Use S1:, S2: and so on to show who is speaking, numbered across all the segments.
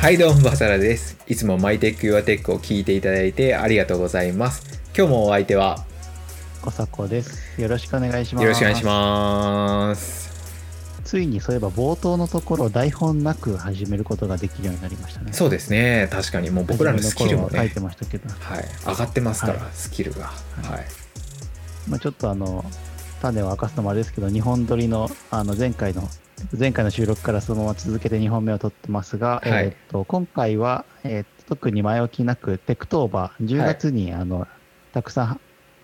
S1: はいどうもバサラですいつもマイテックユアテックを聞いていただいてありがとうございます今日もお相手は
S2: コサコです。よろしくお願いします。
S1: よろしくお願いし
S2: ま
S1: ます
S2: す。ついにそういえば冒頭のところ台本なく始めることができるようになりましたね。
S1: そうですね確かにもう僕らのスキルも
S2: 初めの頃は書い
S1: ね
S2: てましたけど、
S1: はい上がってますから、
S2: は
S1: スキルがはい
S2: まあちょっとあの種を明かすのもあれですけど、日本撮りのあの前回の前回の収録からそのまま続けて2本目を撮ってますが、
S1: はい
S2: えーっと今回は、えーっと特に前置きなくテクトーバー10月にあの、たくさん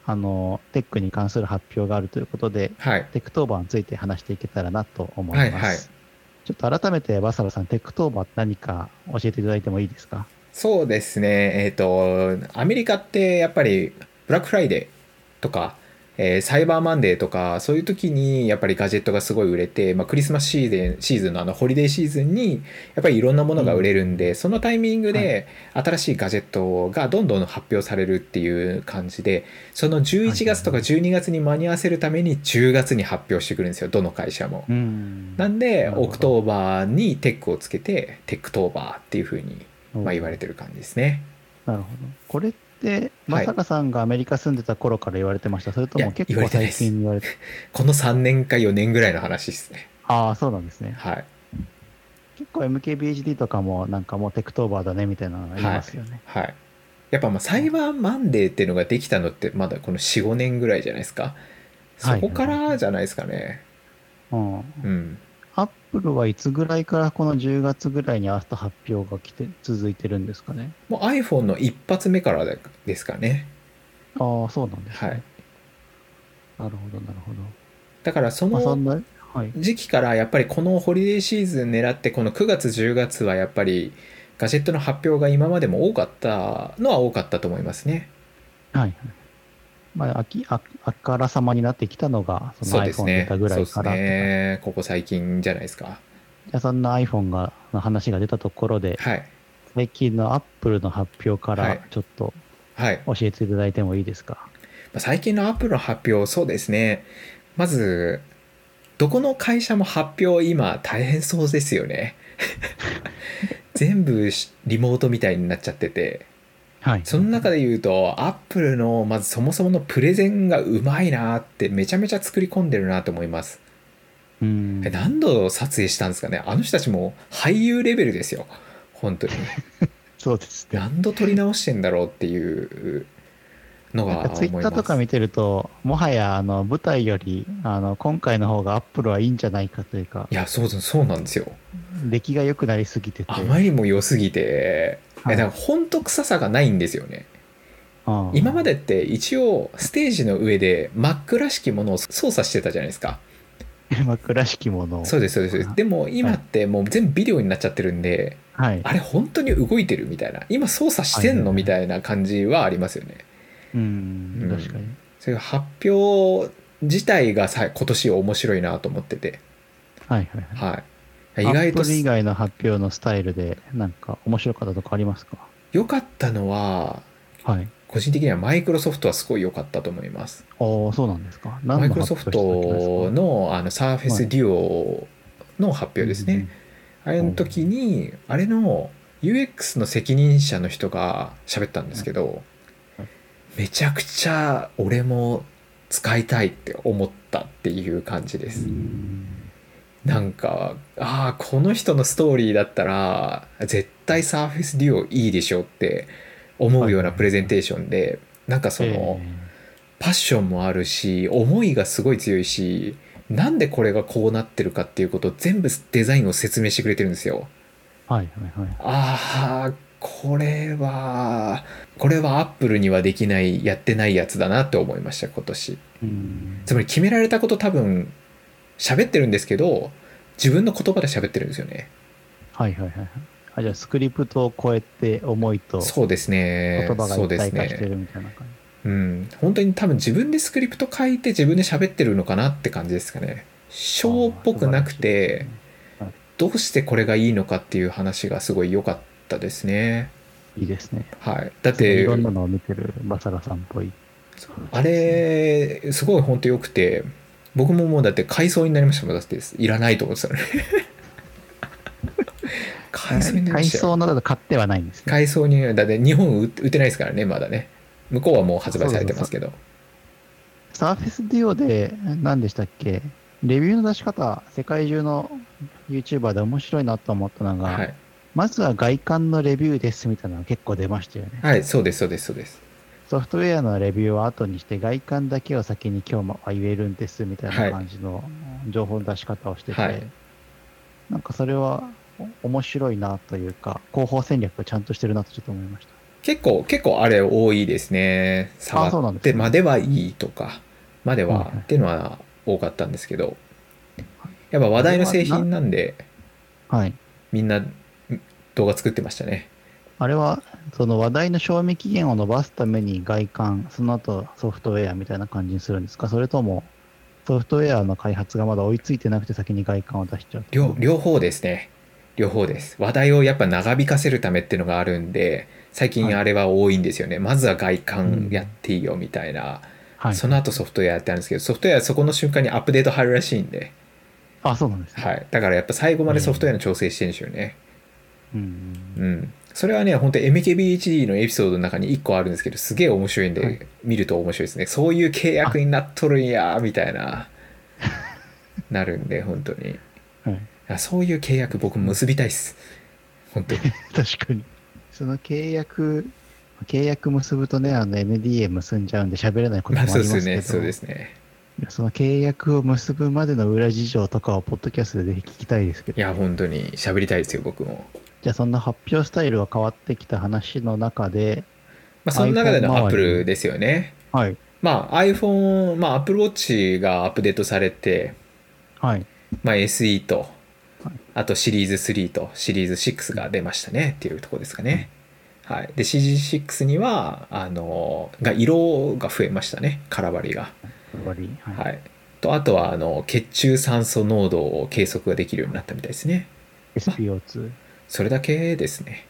S2: あのテックに関する発表があるということで、
S1: はい
S2: テクトーバーについて話していけたらなと思います。
S1: はいはい
S2: ちょっと改めて、バサラさん、テクトーバー何か教えていただいてもいいですか
S1: そうですねえっ、とアメリカってやっぱりブラックフライデーとか、えーサイバーマンデーとかそういう時にやっぱりガジェットがすごい売れて、まあ、クリスマスシーズンシーズンのあのホリデーシーズンにやっぱりいろんなものが売れるんで、そのタイミングで新しいガジェットがどんどん発表されるっていう感じでその11月とか12月に間に合わせるために10月に発表してくるんですよどの会社も。
S2: うん
S1: なんで
S2: なるほど
S1: オクトーバーにテックをつけてテックトーバーっていう風にまあ言われてる感じですね。
S2: なるほど。これって、バサラさんがアメリカ住んでた頃から言われてました、それと
S1: いや
S2: も結
S1: 言わ
S2: 構
S1: れてないで
S2: 最
S1: す
S2: 近言われて、
S1: この3年か4年ぐらいの話ですね。
S2: ああ、そうなんですね。
S1: はい。
S2: 結構 MKBHD とかも、なんかもうテクトーバーだねみたいなのが言いますよね。
S1: はい。やっぱまあサイバーマンデーっていうのができたのってまだこの4、5年ぐらいじゃないですか。そこからじゃないですかね。
S2: うん
S1: うん。
S2: アップルはいつぐらいからこの10月ぐらいにアスト発表が来て続いてるんですかね。
S1: もう iPhone の一発目からですかね。
S2: ああ、そうなんです、ね。
S1: はい。
S2: なるほど、なるほど。
S1: だからそ
S2: まあ、そ
S1: の
S2: んな、はい。
S1: 時期からやっぱりこのホリデーシーズン狙ってこの9月、10月はやっぱりガジェットの発表が今までも多かったのは多かったと思いますね。
S2: はいはい。まあ、あきああからさまになってきたのが、そ
S1: そう
S2: の
S1: です
S2: iPhone 出
S1: ね。
S2: たぐらい
S1: そ
S2: か
S1: う
S2: ら
S1: で
S2: とか。
S1: すね。ここ最近じゃないですか。
S2: じゃあそんな iPhone が、の話が出たところで、
S1: はい。
S2: 最近の Apple の発表か
S1: は
S2: ら
S1: い、
S2: ちょっと
S1: はい。
S2: 教えていただいてもいいですか。
S1: まあ最近のアップルの発表そうですねまずどこの会社も発表今大変そうですよ ね全部しリモートみたいになっちゃってて
S2: はい。
S1: その中で言うとアップルのまずそもそものプレゼンがうまいなってめちゃめちゃ作り込んでるなと思います
S2: うん。
S1: え何度撮影したんですかねあの人たちも俳優レベルですよ本 当に
S2: そうですね。
S1: 何度撮り直してんだろうっていうのが
S2: なん
S1: 思い
S2: か
S1: ます
S2: ツイッターとか見てると、もはやあの舞台よりあの今回の方が Apple はいいんじゃないかというか
S1: い、やそうそうなんですよ
S2: 出来が良くなりすぎてて、
S1: あまりにも良すぎて、
S2: はい
S1: えだから本当臭さがないんですよね
S2: うん
S1: 今 までって一応ステージの上で Mac らしきものを操作してたじゃないですか
S2: 枕らしきものを、
S1: そうですそうですそうですでも今ってもう全部ビデオになっちゃってるんで
S2: はい、
S1: あれ本当に動いてるみたいな今操作してんの
S2: はい
S1: みたいな感じはありますよね
S2: うん、
S1: うん
S2: 確かに。
S1: そういう発表自体がさ今年面白いなと思ってて
S2: はいはいはい。
S1: はい意外と
S2: アップル以外の発表のスタイルで、なんか面白かったとこありますか
S1: 良かったのは
S2: はい。
S1: 個人的にはマイクロソフトはすごい良かったと思います
S2: おおそうなんですか。
S1: マ
S2: 何
S1: イ
S2: の
S1: クロソ
S2: 発
S1: フ
S2: 表
S1: ト
S2: した時ですか
S1: のあのサーフェスデュオの発表ですね、。あれの時にあれの UX の責任者の人が喋ったんですけど、
S2: はい
S1: めちゃくちゃ俺も使いたいって思ったっていう感じです、なんかああこの人のストーリーだったら絶対サーフェスデュオいいでしょって思うようなプレゼンテーションで、なんかそ
S2: うん
S1: の、
S2: え
S1: パッションもあるし思いがすごい強いしなんでこれがこうなってるかっていうことを全部デザインを説明してくれてるんですよ。
S2: ーはいはいはい。
S1: ああこれはこれはアップルにはできないやってないやつだなって思いました今年。
S2: うん
S1: つまり決められたこと多分喋ってるんですけど自分の言葉で喋ってるんですよね。
S2: はいはいはいはい。あじゃあ、スクリプトを超えて思いと
S1: そうですね
S2: 言。葉が
S1: そう
S2: 一
S1: です
S2: 体化して
S1: ね。
S2: るみたいな感
S1: うん。本当に多分自分でスクリプト書いて自分で喋ってるのかなって感じですかね。
S2: じ。
S1: ショーっぽくなくて、どうしてこれがいいのかっていう話がすごい良かったですね。
S2: いいですね。
S1: はい、だっ
S2: い
S1: て
S2: ろんなのを見てるバサラさんっぽい。
S1: あれすごい本当良くて僕 ももうだって買いそうになりましたもんだっていらないと思ってたのに海藻になりま
S2: 海
S1: したよ
S2: 藻など買ってはないんですね。
S1: 海藻にだって日本売ってないですからねまだね向こうはもう発売されてますけど
S2: サーフェスデュオで何でしたっけレビューの出し方、世界中の YouTuber で面白いなと思ったのが、
S1: はい、
S2: まずは外観のレビューですみたいなのが結構出ましたよね。
S1: はい、そうですそうですそうです
S2: ソフトウェアのレビューは後にして、外観だけを先に今日も言えるんですみたい
S1: はい
S2: な感じの情報の出し方をしてて、
S1: はい
S2: なんかそれはお面白いなというか、広報戦略がちゃんとしてるなとちょっと思いました。
S1: 結構結構あれ多いですね
S2: あそう
S1: 触
S2: なん
S1: っ
S2: です
S1: て
S2: ね
S1: まではいいとかまで
S2: はい
S1: は
S2: はい
S1: っていうのは多かったんですけどやっぱ話題の製品なんで
S2: はい。
S1: みんな動画作ってましたね
S2: あれは、その話題の賞味期限を伸ばすために外観、その後ソフトウェアみたいな感じにするんですかそれとも、ソフトウェアの開発がまだ追いついてなくて先に外観を出しちゃう。
S1: 両両方ですね両方です話題をやっぱ長引かせるためっていうのがあるんで最
S2: はい
S1: 近あれは多いんですよね、まずは外観やっていいよみたいな、
S2: はい。
S1: その後ソフトウェアってあるんですけどソフトウェアはそこの瞬間にアップデート入るらしいんで、
S2: あ、そうなんですね。
S1: はい、だからやっぱ最後までソフトウェアの調整してるんですよね
S2: うん
S1: うん、それはね本当 MKBHD のエピソードの中に1個あるんですけどすげえ面白いんで、
S2: はい
S1: 見ると面白いですねそういう契約になっとるんやみたいななるんで本当に
S2: うん。はい。
S1: あそういう契約僕結びたいっす本 当に
S2: 確かに。その契約、契約結ぶとね、あの NDA 結んじゃうんで喋れないことも
S1: ま
S2: あ
S1: あ、
S2: ります
S1: そう
S2: け
S1: で
S2: ど、
S1: すね、そうですね。
S2: その契約を結ぶまでの裏事情とかをポッドキャストでぜひ聞きたいですけ
S1: い
S2: ど、
S1: や、本当に喋りたいですよ、僕も。
S2: じゃあそんな発表スタイルが変わってきた話の中で、
S1: まあ、その中での
S2: iPhone 周り
S1: Apple ですよね。
S2: はい、
S1: まあ、iPhone、まあ、Apple Watch がアップデートされて、
S2: はい、
S1: まあ、SE と
S2: はい、
S1: あとシリーズ3とシリーズ6が出ましたねっていうところですかね。はい。で、CG6 には、あの、が色が増えましたね、カラバリが。
S2: 終わり。はい
S1: はい。と、あとは、あの、血中酸素濃度を計測ができるようになったみたいですね。
S2: SPO2。
S1: それだけですね。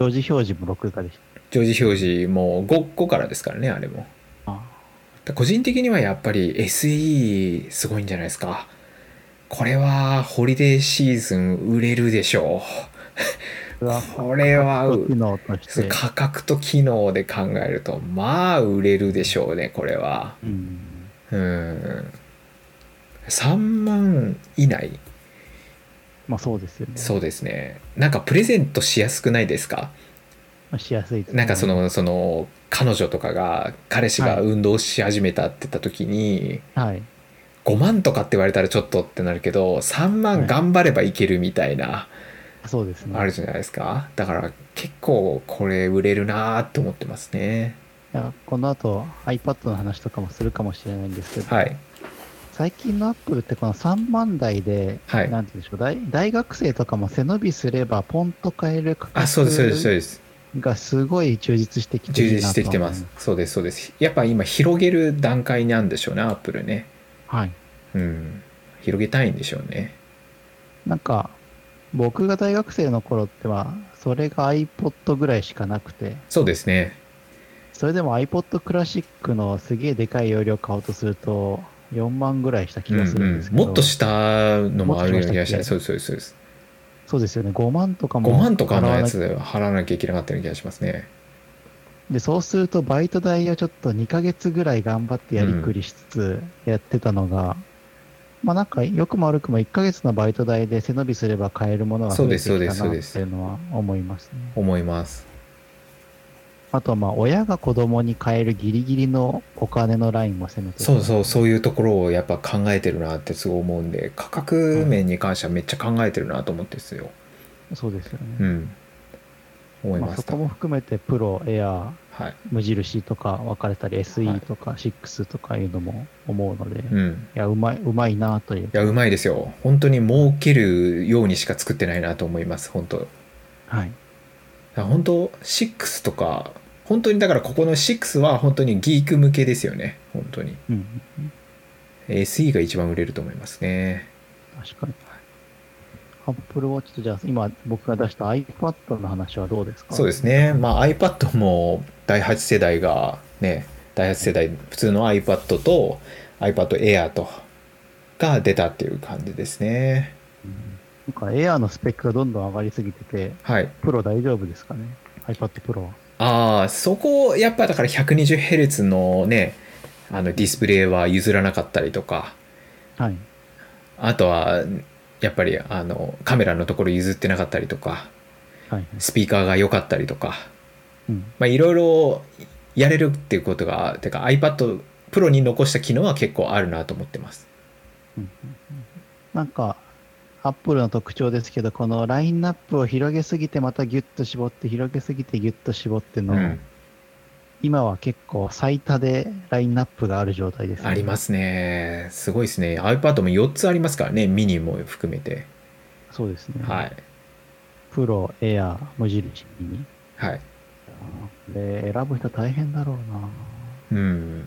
S2: 表示表示も録画でし
S1: 常時表示も 5, 5からですからねあれも
S2: た。あ
S1: だ個人的にはやっぱり SE すごいんじゃないですかこれはホリデーシーズン売れるでしょ
S2: これは
S1: うこれは
S2: 各機能として、
S1: 価格と機能で考えるとまあ売れるでしょうねこれは
S2: うん、
S1: うん3万以内
S2: まあそうですよね。
S1: そうですねなんかプレゼントしやすくないですか
S2: まあしやすいですね
S1: なんかそ、のその彼女とかが彼氏が運動し始めたって言った時に、
S2: はい、
S1: 5万とかって言われたらちょっとってなるけど3
S2: はい
S1: 万頑張ればいけるみたいな、
S2: そうですね。
S1: あるじゃないですかだから結構これ売れるなーって思ってますね
S2: いやこの後 iPad の話とかもするかもしれないんですけど、
S1: はい
S2: 最近の Apple ってこの3万台で、
S1: はい
S2: なんて言うんでしょう大、大学生とかも背伸びすればポンと買える価
S1: あそうですそうですそう
S2: 格
S1: です
S2: がすごい充実してきて
S1: 充
S2: いいなと
S1: 実してきてます
S2: 思い
S1: そうですそうですやっぱ今広げる段階なんでしょうねアップルね
S2: ます。はい。
S1: うん広げたいんでしょうね
S2: なんか、僕が大学生の頃っては、それが iPod ぐらいしかなくて、
S1: そうですね
S2: それでも iPod クラシックのすげえでかい容量買おうとすると、4万ぐらいした気
S1: うん
S2: がするんです
S1: うん
S2: けど、
S1: もっと下のもあるような気がし
S2: も
S1: て
S2: っ
S1: そ
S2: と
S1: うですそうですそうです
S2: そうですよね、5万とかも。
S1: 5万とかのや
S2: 払わなきゃ
S1: つ払わなきゃいけなかったような気がしますね
S2: で、そうするとバイト代をちょっと2ヶ月ぐらい頑張ってやりくりしつつやってたのが、まあなんか良くも悪くも1ヶ月のバイト代で背伸びすれば買えるものは増えてきた
S1: そうで
S2: な
S1: す
S2: って
S1: そうですそうです
S2: いうのは思いますね。
S1: 思います
S2: あとはまあ親が子供に買えるギリギリのお金のラインも攻めてる
S1: そうそうそういうところをやっぱ考えてるなってすごい思うんで価格面に関してはめっちゃ考えてるなと思ってですよ
S2: そうですよ
S1: う
S2: ね。
S1: ん思い
S2: まあ
S1: ま
S2: そ
S1: した
S2: こも含めてプロ、エア、
S1: はい
S2: 無印とか分かれたり
S1: はい
S2: SE とか6とかいうのも思うので、い
S1: うん
S2: や、うまい、うまいなという
S1: い。やうまいですよ本当に儲けるようにしか作ってないなと思います本当
S2: はい。
S1: 本当6とか本当にだからここの6は本当にギーク向けですよね本当に
S2: うん。
S1: SE が一番売れると思いますね
S2: 確かに。Apple Watch とじゃあ今僕が出した iPad の話はどうですか
S1: そうですね、まあ、iPad も第8世代がね第8世代普通の iPad と iPad Air とが出たっていう感じですね
S2: うんなんかエアーのスペックがどんどん上がりすぎてて、
S1: はい。
S2: プロ大丈夫ですかね ?iPad Pro は。
S1: ああ、そこ、やっぱだから 120Hz のね、あのディスプレイは譲らなかったりとか、
S2: はい。
S1: あとは、やっぱりあのカメラのところ譲ってなかったりとか、
S2: はい。
S1: スピーカーが良かったりとか、
S2: うん。
S1: まあいろいろやれるっていうことが、てか iPad Pro に残した機能は結構あるなと思ってます。
S2: うんなんか、Apple の特徴ですけど、このラインナップを広げすぎて、またギュッと絞って、広げすぎてギュッと絞っての、
S1: うん、
S2: 今は結構最多でラインナップがある状態です、。
S1: ありますすね。すごいですね。iPad も4つありますからね、ミニも含めて。
S2: そうですね。
S1: はい。
S2: プロ、エア、無印に。
S1: はい。
S2: で、選ぶ人大変だろうな。
S1: うん。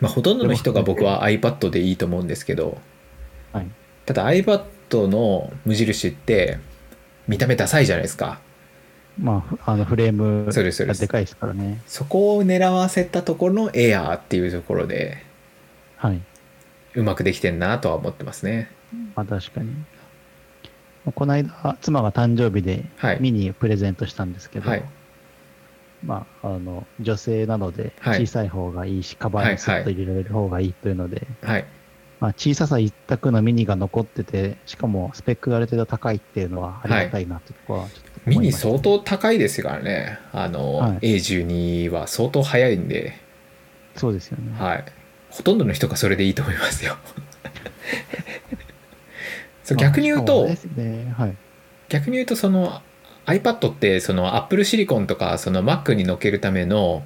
S1: まあ、ほとんどの人が僕は iPad でいいと思うんですけど、
S2: はい。
S1: ただ iPad の無印って見た目ダサいじゃないですか。
S2: まあ、あのフレーム
S1: そうですそうで
S2: が
S1: す
S2: でかいですからね。
S1: そこを狙わせたところの Air っていうところで、
S2: はい。
S1: うまくできてんなとは思ってますね。
S2: まあ確かに。この間、妻が誕生日で
S1: はい
S2: ミニプレゼントしたんですけど、
S1: はい。
S2: まあ、あの、女性なので
S1: はい
S2: 小さい方がいいし、カバンにスッと入れられる方がいいというので、
S1: はい。
S2: まあ小ささ一択のミニが残ってて、しかもスペックがある程度高いっていうのはありがたいなってところはちょっと
S1: ミ
S2: 思い
S1: ニ
S2: ましたね
S1: 相当高いですからね。あの、
S2: は
S1: A12 は相当早いんで、
S2: そうですよね。
S1: はい。ほとんどの人がそれでいいと思いますよ。 そう
S2: まあ
S1: 逆に言うと、
S2: しかもあれですね、はい。
S1: 逆に言うとその iPad ってその Apple シリコンとかその Mac に乗っけるための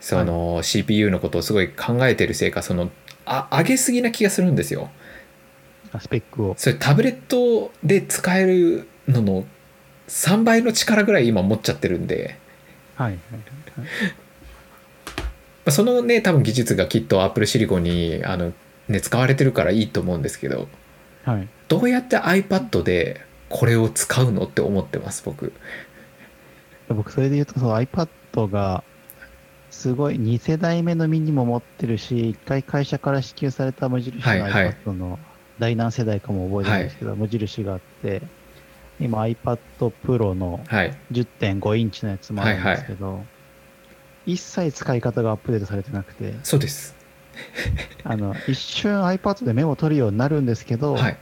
S1: その CPU のことをすごい考えてるせいかそのあ上げすぎな気がするんですよ。
S2: あスペックを。
S1: それタブレットで使えるのの3倍の力ぐらい今持っちゃってるんで、
S2: はい。はいはい
S1: まあそのね多分技術がきっと Apple シリコンにあの、ね、使われてるからいいと思うんですけど
S2: はい。はい
S1: どうやって iPad でこれを使うのって思ってます僕。
S2: 僕、それで言うと、その iPad が、すごい2世代目のミニも持ってるし、1回会社から支給された無印の
S1: はいはい
S2: iPad の第何世代かも覚えてないんですけど、無印があって、今 iPad Pro の
S1: はい、
S2: 10.5インチのやつもあるんですけど、一切使い方がアップデートされてなくて、
S1: そうです。
S2: あの、一瞬 iPad でメモ取るようになるんですけど、
S1: はい、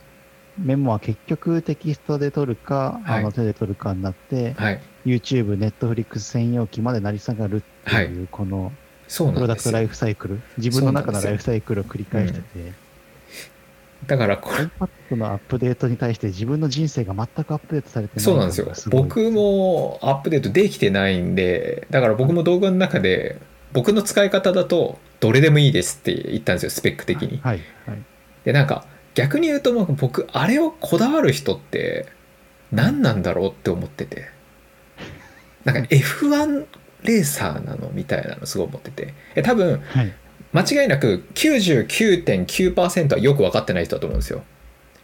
S2: メモは結局テキストで取るか、
S1: はい
S2: あの手で取るかになって、
S1: はい、
S2: YouTube、Netflix 専用機まで成り下がるっていう、この
S1: そう
S2: プロ
S1: なん
S2: ダ
S1: で
S2: クト
S1: す
S2: ラ
S1: よ
S2: イ。フサイクル、自分の中のライフサイクルを繰り返してて、
S1: だからこれ
S2: iPad のアップデートに対して自分の人生が全くアップデートされてない
S1: そうなんです
S2: の
S1: よ
S2: がごい
S1: 僕、もアップデートできてないんでだから僕も動画の中で僕の使い方だとどれでもいいですって言ったんですよスペック的に、
S2: はい、はい。
S1: でなんか逆に言うともう僕あれをこだわる人って何なんだろうって思っててなんか F1 レーサーなのみたいなのすごい思っててえ多分
S2: はい。
S1: 間違いなく99.9%はよく分かってない人だと思うんですよ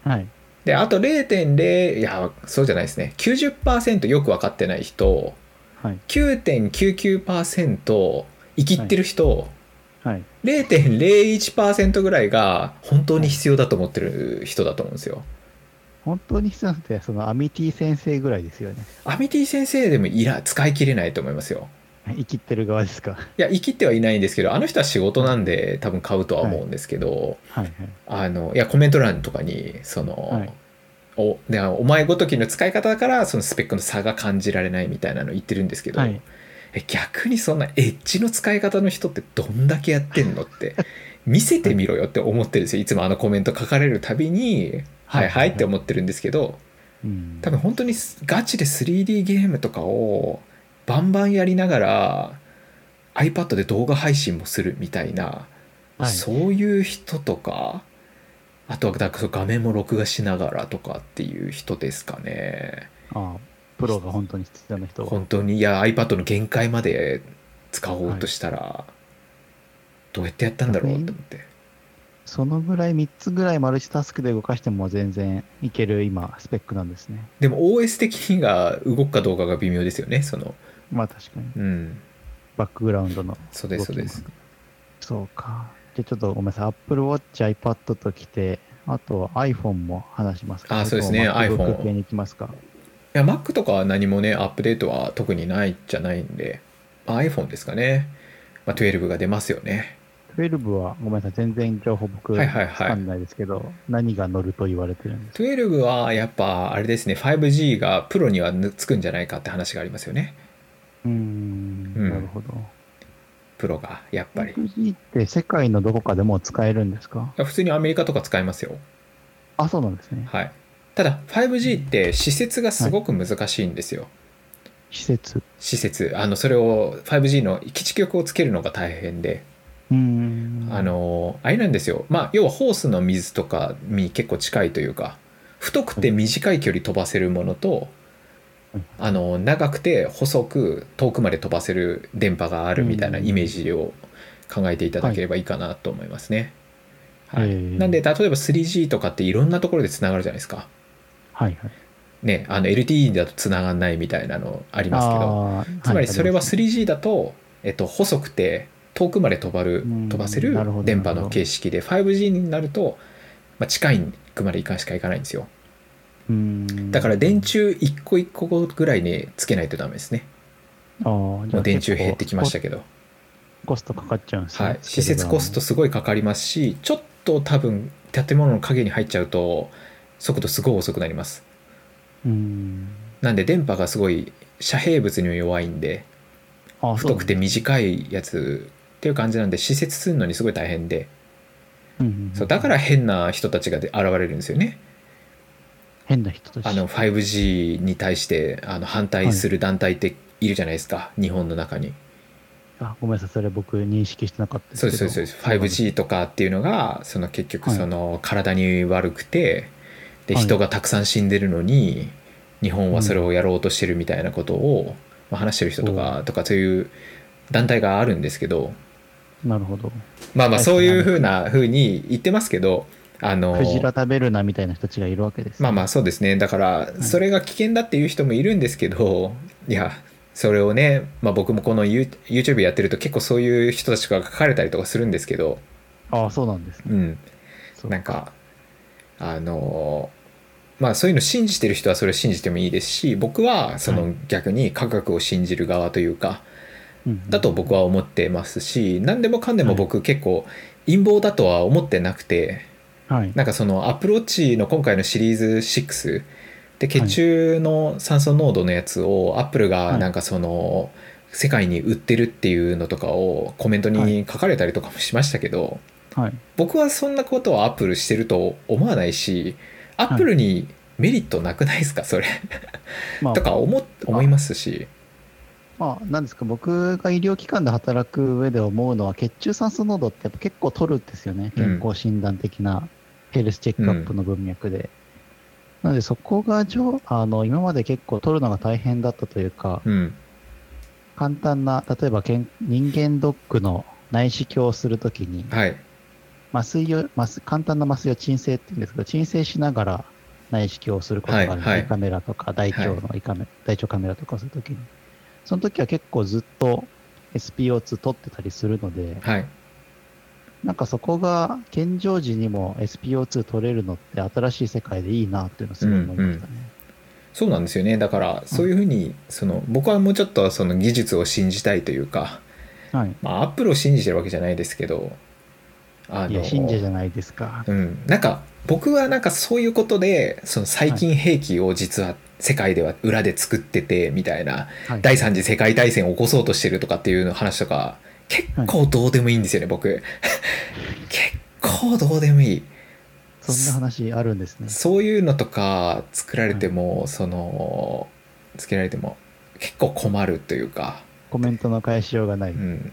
S2: はい。
S1: であと0.0いやそうじゃないですね90%よく分かってない人
S2: はい。
S1: 9.99%生きってる人、
S2: はい。
S1: 0.01%ぐらいが本当に必要だと思ってる人だと思うんですよ。
S2: 本当に必要なのって、そのアミティ先生ぐらいですよね。
S1: アミティ先生でもいら使い切れないと思いますよ。
S2: 生きってる側ですか。
S1: いや生きてはいないんですけどあの人は仕事なんで多分買うとは思うんですけど、
S2: はい。はい。
S1: あのいやコメント欄とかにその、
S2: はい
S1: おでお前ごときの使い方だからそのスペックの差が感じられないみたいなの言ってるんですけど、
S2: はい
S1: え逆にそんなエッジの使い方の人ってどんだけやってんのって 見せてみろよって思ってるんですよいつもあのコメント書かれるたびにはいはいって思ってるんですけど
S2: うん。
S1: 多分本当にガチで 3D ゲームとかをバンバンやりながら iPad で動画配信もするみたいな、
S2: はい
S1: そういう人とかあとはだからそう画面も録画しながらとかっていう人ですかね。
S2: ああプロが本当に必要な人は。
S1: 本当にいや iPad の限界まで使おうとしたら、どうやってやったんだろうと思って
S2: そのぐらい、3つぐらいマルチタスクで動かしても全然いける今、スペックなんですね。
S1: でも OS 的にが動くかどうかが微妙ですよねその
S2: まあ確かに。
S1: うん
S2: バックグラウンドの。
S1: そうですそうです
S2: そうか。じゃあちょっとごめんなさい。Apple Watch、iPad と来て、あと iPhone も話しますか
S1: あそうですね iPhone
S2: 系に行きますか。
S1: や Mac とかは何もねアップデートは特にないじゃないんで、まあ iPhone ですかね、まあ、12が出ますよね
S2: 12はごめんなさい、全然情報僕、
S1: はい
S2: わ
S1: はいはい
S2: かんないですけど、何が乗ると言われてるんです
S1: 12はやっぱあれですね 5G がプロにはつくんじゃないかって話がありますよね
S2: うーん、
S1: うん
S2: なるほど。
S1: プロがやっぱりい
S2: 5G って世界のどこかでもう使えるんですか
S1: や普通にアメリカとか使えますよ
S2: あ、そうなんですね。
S1: はいただ 5G って施設がすごく難しいんですよ、
S2: 施設。
S1: 施設あのそれを 5G の基地局をつけるのが大変で
S2: うーん。
S1: あ、のあれなんですよ、まあ、要はホースの水とかに結構近いというか太くて短い距離飛ばせるものと、
S2: うん
S1: あの長くて細く遠くまで飛ばせる電波があるみたいな
S2: うん
S1: イメージを考えていただければいいかなと思いますね。はい
S2: えー
S1: なんで例えば 3G とかっていろんなところでつながるじゃないですか。
S2: はいはい。
S1: ね、あの LTE だとつながんないみたいなのありますけど
S2: あー
S1: つまりそれは
S2: はい
S1: 3G だと、えっと、細くて遠くまで飛ばる
S2: うん
S1: 飛ばせる
S2: なるほど
S1: 電波の形式で 5G になると、まあ、近いくまでいかんしかいかないんですよ
S2: うーん
S1: だから電柱一個一個ぐらいにつけないとダメですね
S2: あーじゃ
S1: も
S2: あ
S1: う電柱減ってきましたけ
S2: 結
S1: ど、
S2: 構コストかかっちゃうんですね。
S1: はい、施設コストすごいかかりますしちょっと多分建物の影に入っちゃうと速度すごい遅くなります
S2: うーん。
S1: なんで電波がすごい遮蔽物にも弱いんで
S2: あー
S1: 太くて、短いやつっていう感じなんで施設するのにすごい大変で
S2: そうなんですねうんうん
S1: そうだから変な人たちがで現れるんですよね
S2: 変な人として。
S1: あの 5G に対してあの反対する団体っているじゃないですか、日本の中に
S2: あごめんなさい、それ僕認識してなかったです
S1: そう
S2: け
S1: で
S2: ど。
S1: すそうですそうです。5G とかっていうのがその結局
S2: はい
S1: その体に悪くて、で
S2: はい
S1: 人がたくさん死んでるのに日本はそれをやろうとしてるみたいなことを、まあ話してる人とかとかそういう団体があるんですけど
S2: なるほど。
S1: まあまあ
S2: はい
S1: そういうふうなふうに言ってますけどあの
S2: クジラ食べるなみたいな人たちがいるわけです。
S1: まあまあそうですねだからそれが危険だっていう人もいるんですけどいやそれをね、まあ、僕もこの You- YouTube やってると結構そういう人たちが書かれたりとかするんですけど、
S2: ああ、そうなんですね。
S1: うん、
S2: そう
S1: なんかあのまあそういうの信じてる人はそれを信じてもいいですし僕はそ
S2: は
S1: の逆に科学を信じる側というか
S2: うんうん
S1: だと僕は思ってますし何でもかんでも僕結構陰謀だとは思ってなくて
S2: はい。
S1: なんかそのアプローチの今回のシリーズ6で血中の酸素濃度のやつをアップル
S2: は
S1: が
S2: い
S1: なんかその世界に売ってるっていうのとかをコメント
S2: は
S1: に書かれたりとかもしましたけど、
S2: はい。
S1: 僕はそんなことをアップルしてると思わないしアップルにメリットなくないですかそれ
S2: まあ
S1: と、か思っ思いますし
S2: まあ、なんですか、僕が医療機関で働く上で思うのは、血中酸素濃度ってやっぱ結構取るんですよね。
S1: うん
S2: 健康診断的なヘルスチェックアップの文脈で。なので、そこがじょあの今まで結構取るのが大変だったというか、
S1: うん
S2: 簡単な、例えばけん人間ドックの内視鏡をするときに、
S1: はい
S2: 麻酔を、麻酔簡単な麻酔を鎮静って言うんですけど、鎮静しながら内視鏡をすることがある、
S1: はいはい
S2: 胃カメラとか大腸の胃カメ、大腸カメラとかをするときに。その時は結構ずっと SPO2 取ってたりするので、
S1: はい
S2: なんかそこが健常時にも SPO2 取れるのって新しい世界でいいなっていうのをすごい思いましたね。
S1: そうなんですよねだからそういうふうにその僕はもうちょっとその技術を信じたいというか
S2: はい。
S1: まあ、アップルを信じてるわけじゃないですけど、あ
S2: いや、信者じゃないですか。
S1: うん、なんか僕はなんかそういうことで、その最近兵器を実は世界では裏で作っててみたいな、
S2: はい
S1: 第三次世界大戦を起こそうとしてるとかっていうの話とか、結構どうでもいいんですよね、僕。結構どうでもいい。
S2: そんな話あるんですね。
S1: そういうのとか作られても、その、つけられても結構困るというか。
S2: コメントの返しようがない。
S1: うん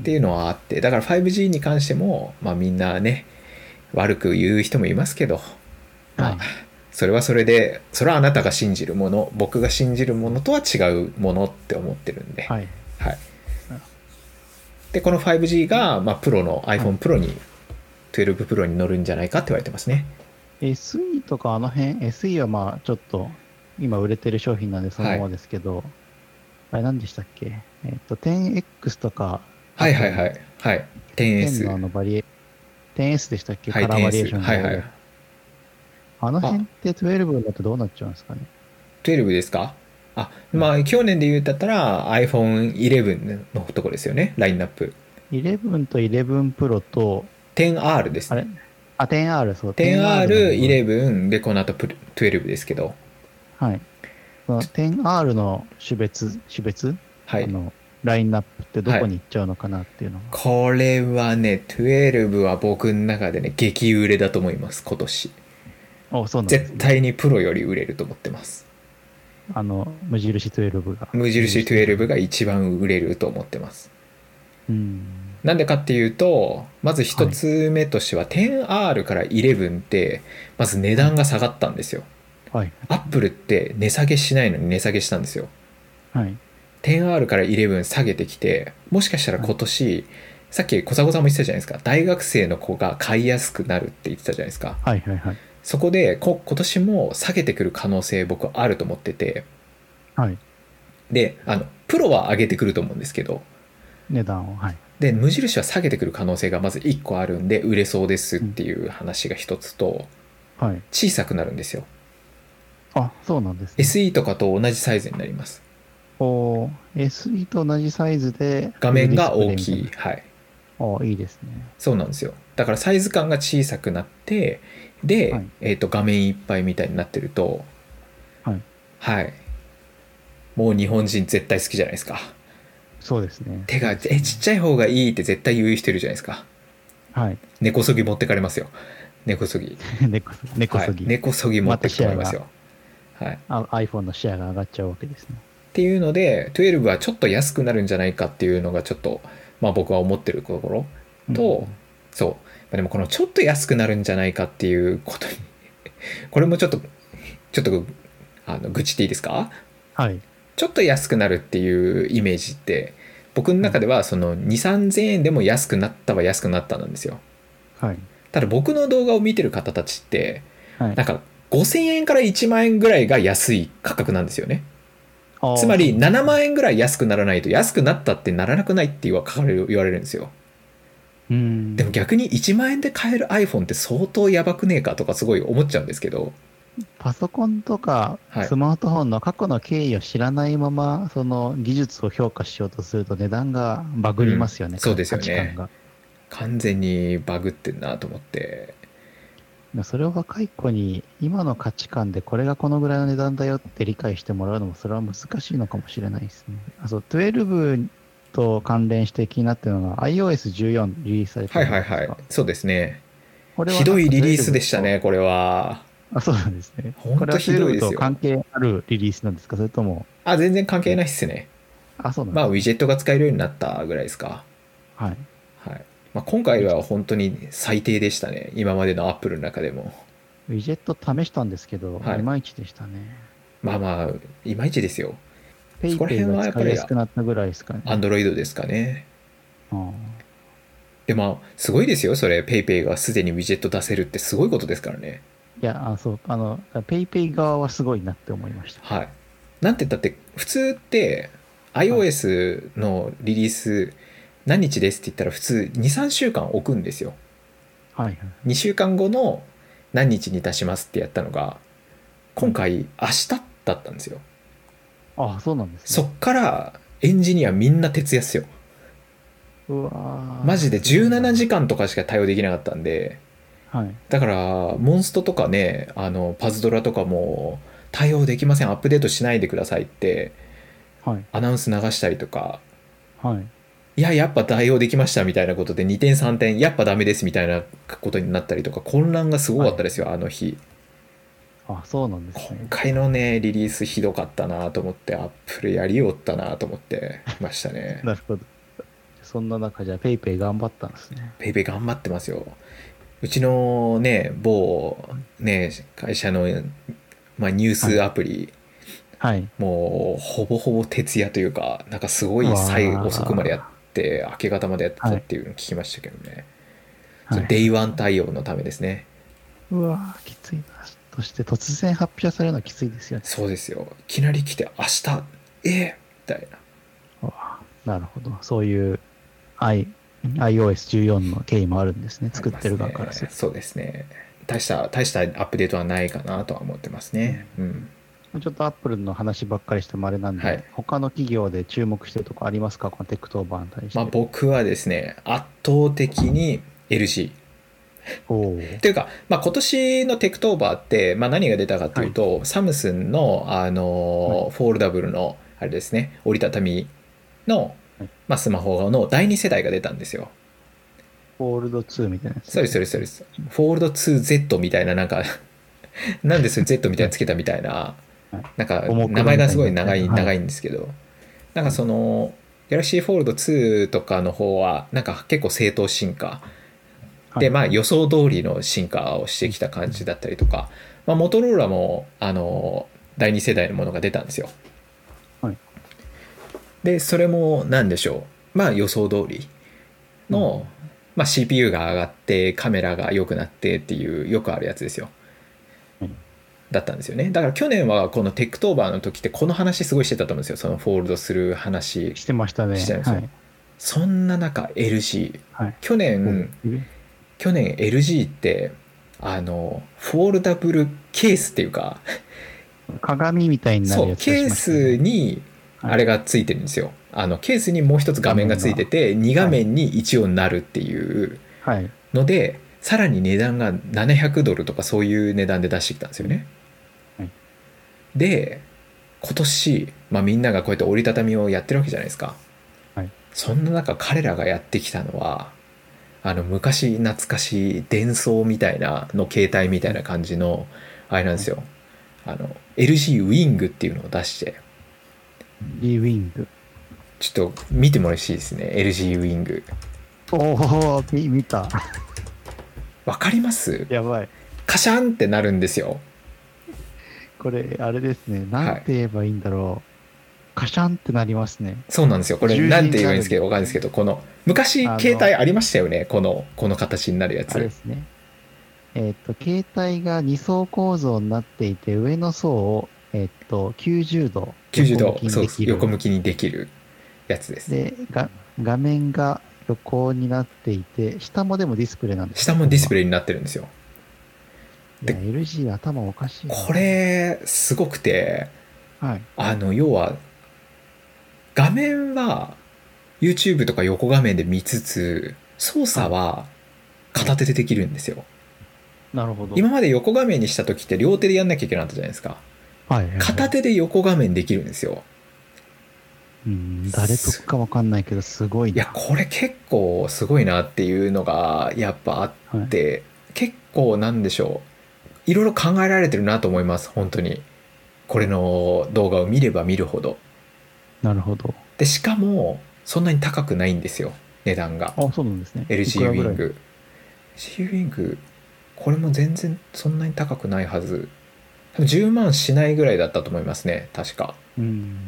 S1: っていうのはあってだから 5G に関しても、まあ、みんなね悪く言う人もいますけど、ま
S2: は
S1: あ
S2: い、
S1: それはそれでそれはあなたが信じるもの僕が信じるものとは違うものって思ってるんで、
S2: はい。
S1: はいでこの 5G が、まあ、プロの iPhone プロに、12プロに乗るんじゃないかって言われてますね。
S2: SE とかあの辺、SE はまあちょっと今売れてる商品なんでそのままですけど、あれ何でしたっけえっ、と、10X とか、
S1: はいはいはい。はい。
S2: 10
S1: 10S。
S2: のあのバリエ、10S でしたっけ、
S1: はい、
S2: カラーバリエーシ
S1: 10S。
S2: ョンの
S1: はいはい。
S2: あの辺って12になってどうなっちゃうんですかね。
S1: 12ですかあ、まあ、去年で言うだったら iPhone11 のとこですよね、ラインナップ。
S2: 11と11プロと、
S1: 10R です
S2: あ
S1: ね
S2: れ。あ、10R、そう。
S1: 10R、
S2: れ
S1: 11で、この後プル12ですけど。
S2: はい。その 10R の種別、種別、
S1: はい
S2: あ。の、ラインナップってどこに行っちゃうのかなっていうのが。
S1: これはね、12は僕の中でね、激売れだと思います、今年。
S2: お、そうなんです
S1: 絶
S2: ね、
S1: 対にプロより売れると思ってます。
S2: あの、無印12が。
S1: 無印12が一番売れると思ってます。
S2: うん。
S1: なんでかっていうと、まず一つ目としては、10R から11って、まず値段が下がったんですよ。
S2: はい。
S1: アップルって値下げしないのに値下げしたんですよ。
S2: はい。
S1: 10R から11下げてきて、もしかしたら今年、さっき小迫さんも言ってたじゃないですか、大学生の子が買いやすくなるって言ってたじゃないですか。
S2: はいはいはい。
S1: そこでこ今年も下げてくる可能性僕あると思ってて
S2: はい。
S1: であのプロは上げてくると思うんですけど
S2: 値段を。はい。
S1: で無印は下げてくる可能性がまず1個あるんで売れそうですっていう話が一つと
S2: はい。
S1: 小さくなるんですよ
S2: あ、そうなんです、ね。
S1: SE とかと同じサイズになります
S2: おー SE と同じサイズで。
S1: 画面が大
S2: ディスプレ
S1: き
S2: イみ
S1: いはい
S2: たいな。おいいですね。
S1: そうなんですよだからサイズ感が小さくなってで、
S2: はい
S1: えー、と画面いっぱいみたいになってると
S2: はい、
S1: はい、もう日本人絶対好きじゃないですか
S2: そうですね。
S1: 手が、え、ちっちゃい方がいいって絶対言う人いるじゃないですか。
S2: はい。
S1: 根こそぎ持ってかれますよ。根こそぎ。
S2: 猫猫そぎ、
S1: はい、根こそぎ持ってかれますよ。はい。っ
S2: あ iPhone のシェアが上がっちゃうわけですね。
S1: ていうので、12はちょっと安くなるんじゃないかっていうのがちょっと、まあ僕は思ってるところと、そう。まあでもこのちょっと安くなるんじゃないかっていうことに、 これもちょっと、ちょっと、あの、愚痴っていいですか
S2: はい。
S1: ちょっと安くなるっていうイメージって、僕の中ではその2、3000円でも安くなったは安くなったなんですよ。
S2: はい。
S1: ただ僕の動画を見てる方たちって
S2: はい
S1: なんか5000円から1万円ぐらいが安い価格なんですよね
S2: あー
S1: つまり7万円ぐらい安くならないと安くなったってならなくないって言わ書かれる言われるんですよ
S2: うん。
S1: でも逆に1万円で買える iPhone って相当やばくねえかとかすごい思っちゃうんですけど
S2: パソコンとか
S1: はい
S2: スマートフォンの過去の経緯を知らないまま、その技術を評価しようとすると値段がバグりますよね。
S1: うんそうですよね
S2: 価値観が
S1: 完全にバグってんなと思って
S2: でもそれを若い子に今の価値観でこれがこのぐらいの値段だよって理解してもらうのもそれは難しいのかもしれないですね。あそう12と関連して気になってるのが iOS14 リリースされた
S1: は
S2: じ
S1: い
S2: ゃな
S1: はい
S2: ですか
S1: はいそうですね
S2: これは
S1: ひどいリリースでしたねこれは
S2: あ、そうなんですね。
S1: ほんとひどいですよ
S2: これは12と関係あるリリースなんですかそれとも、
S1: あ全然関係ないっすね
S2: あ、そうなんで
S1: ますあウィジェットが使えるようになったぐらいですか
S2: か、はい。
S1: はいまあ、今回は本当に最低でしたね、今までのアップルの中でも。
S2: ウィジェット試したんですけど、
S1: はい
S2: いまいちでしたね。
S1: まあまあ、いまいちですよ。
S2: ペイ
S1: そこら
S2: ペイ
S1: 辺は
S2: が
S1: やっぱ
S2: 使
S1: り
S2: いやすくなったぐらいですかね。
S1: アンドロイドですかね。
S2: うん
S1: で、まあ、すごいですよ、それ、PayPay がすでにウィジェット出せるってすごいことですからね。
S2: いや、あそう、あの、ペイペイ側はすごいなって思いました。
S1: はい。なんて言ったって、普通って、iOS のリリース、何日ですって言ったら、普通、2、3週間置くんですよ。
S2: はいはい。
S1: 2週間後の何日に出しますってやったのが、今回、明日だったんですよ。
S2: あ、そうなんです
S1: そ
S2: ね。
S1: っから、エンジニアみんな徹夜っすよ。
S2: うわー
S1: マジで17時間とかしか対応できなかったんで
S2: はい。
S1: だからモンストとかねあのパズドラとかも対応できませんアップデートしないでくださいって
S2: はい。
S1: アナウンス流したりとか
S2: はい。
S1: いややっぱ対応できましたみたいなことで2点3点やっぱダメですみたいなことになったりとか混乱がすごかったですよ、あの日
S2: あ、そうなんです
S1: 今
S2: ね。
S1: 回のねリリースひどかったなと思ってアップルやりおったなと思ってましたね
S2: なるほど。そんな中、じゃあペイペイ頑張ったんですね。
S1: ペイペイ頑張ってますよ。うちのね、某ね、会社の、まあ、ニュースアプリ、
S2: はい。
S1: もうほぼほぼ徹夜というか、なんかすごい最
S2: うわー
S1: 遅くまでやって、明け方までやってたっていうのを聞きましたけどね。
S2: はい
S1: デイワン対応のためですね。
S2: うわーきついな。そして突然発表されるのはきついですよね。
S1: そうですよ。いきなり来て、明日、えーみたいな。
S2: うわなるほど。そういう I iOS14 の経緯もあるんですね。作ってる側からす
S1: ね
S2: る。と。
S1: そうですね。大した大したアップデートはないかなとは思ってますね。うん、
S2: ちょっとアップルの話ばっかりしてもあれなんで、
S1: はい
S2: 他の企業で注目してるとこありますか、このテック当番に対して。
S1: まあ、僕はですね圧倒的に LG
S2: おー
S1: というか、まあ、今年のテクトーバーって、まあ、何が出たかというと、サムスンの、あのーフォールダブルのあれですね折りたたみの、
S2: はい
S1: まあ、スマホの第2世代が出たんですよ。
S2: フォールド2みたいなやつ。
S1: そうですそうですそうですフォールド 2Z みたいななんか なんでそれ Z みたいにつけたみたいな
S2: はい
S1: なんか
S2: 重くな
S1: 名前がすごい長
S2: み
S1: い
S2: たいなはい
S1: 長いんですけどなんかその Galaxy Fold 2とかの方はなんか結構正当進化
S2: はい
S1: でまあ予想通りの進化をしてきた感じだったりとかまあモトローラもあの第2世代のものが出たんですよ
S2: はい
S1: でそれも何でしょうまあ予想通りの、まあ、CPU が上がってカメラが良くなってっていうよくあるやつですよ
S2: うん。
S1: だったんですよねだから去年はこのテックトーバーの時ってこの話すごいしてたと思うんですよそのフォールドする話
S2: してましたね。
S1: してました
S2: はい。
S1: そんな中 LG
S2: はい。
S1: 去年、
S2: うん
S1: 去年 LG ってあのフォールダブルケースっていうか
S2: 鏡みたいにな
S1: そ
S2: る
S1: う
S2: やつ出
S1: ケ
S2: し
S1: ー
S2: ましたね
S1: スにあれがついてるんですよ、あのケースにもう一つ画面がついてて2画面に1音なるっていう
S2: はい。
S1: のでさらに値段が700ドルとかそういう値段で出してきたんですよね、
S2: はい
S1: で今年、まあ、みんながこうやって折りたたみをやってるわけじゃないですか、
S2: はい
S1: そんな中彼らがやってきたのはあの昔懐かしい伝送みたいなの携帯みたいな感じのあれなんですよ、あの LG ウィングっていうのを出して
S2: D ウィング。
S1: ちょっと見てもらってほしいですね LG ウィング
S2: おお、み見た。
S1: わかります
S2: やばい。
S1: カシャンってなるんですよ
S2: これ、あれですね。なんて言えばいいんだろう。カシャンってなりますね。
S1: そうなんですよ。これ
S2: 十字に
S1: なんて言えばいいんですけど、わかんないですけど、この昔
S2: あの
S1: 携帯ありましたよね。このこの形になるや
S2: あれで
S1: つ。
S2: すね。えっ、と、携帯が2層構造になっていて、上の層を、えっ、と、90度。
S1: 90度
S2: 横向き
S1: そうで
S2: にで
S1: す
S2: きる
S1: 横向きにできるやつです。
S2: でが、画面が横になっていて、下もでもディスプレイなんです
S1: 下もディスプ
S2: レ
S1: レイになってるんですよ。イ
S2: イ。いや、LG 頭おかしいな。
S1: これすごくて、
S2: はい。
S1: あの要は画面は YouTube とか横画面で見つつ、操作は片手でできるんですよ。
S2: なるほど
S1: 今まで横画面にした時って両手でやんなきゃいけなかったじゃないですか。
S2: はい、
S1: 片手で横画面できるんですよ。
S2: うん、誰得かわかんないけど、すごい
S1: いや
S2: な。
S1: これ結構すごいなっていうのがやっぱあっ
S2: はい、
S1: て、結構なんでしょういろいろ考えられてるなと思います本当にこれの動画を見れば見るほど
S2: なるほど。
S1: でしかもそんなに高くないんですよ値段が
S2: あ、そうなんですね。いく
S1: LG
S2: ら
S1: ウ
S2: ぐら
S1: ィ
S2: い
S1: ン。グ LG ウィングこれも全然そんなに高くないはず多分10万しないぐらいだったと思いますね確か
S2: うん。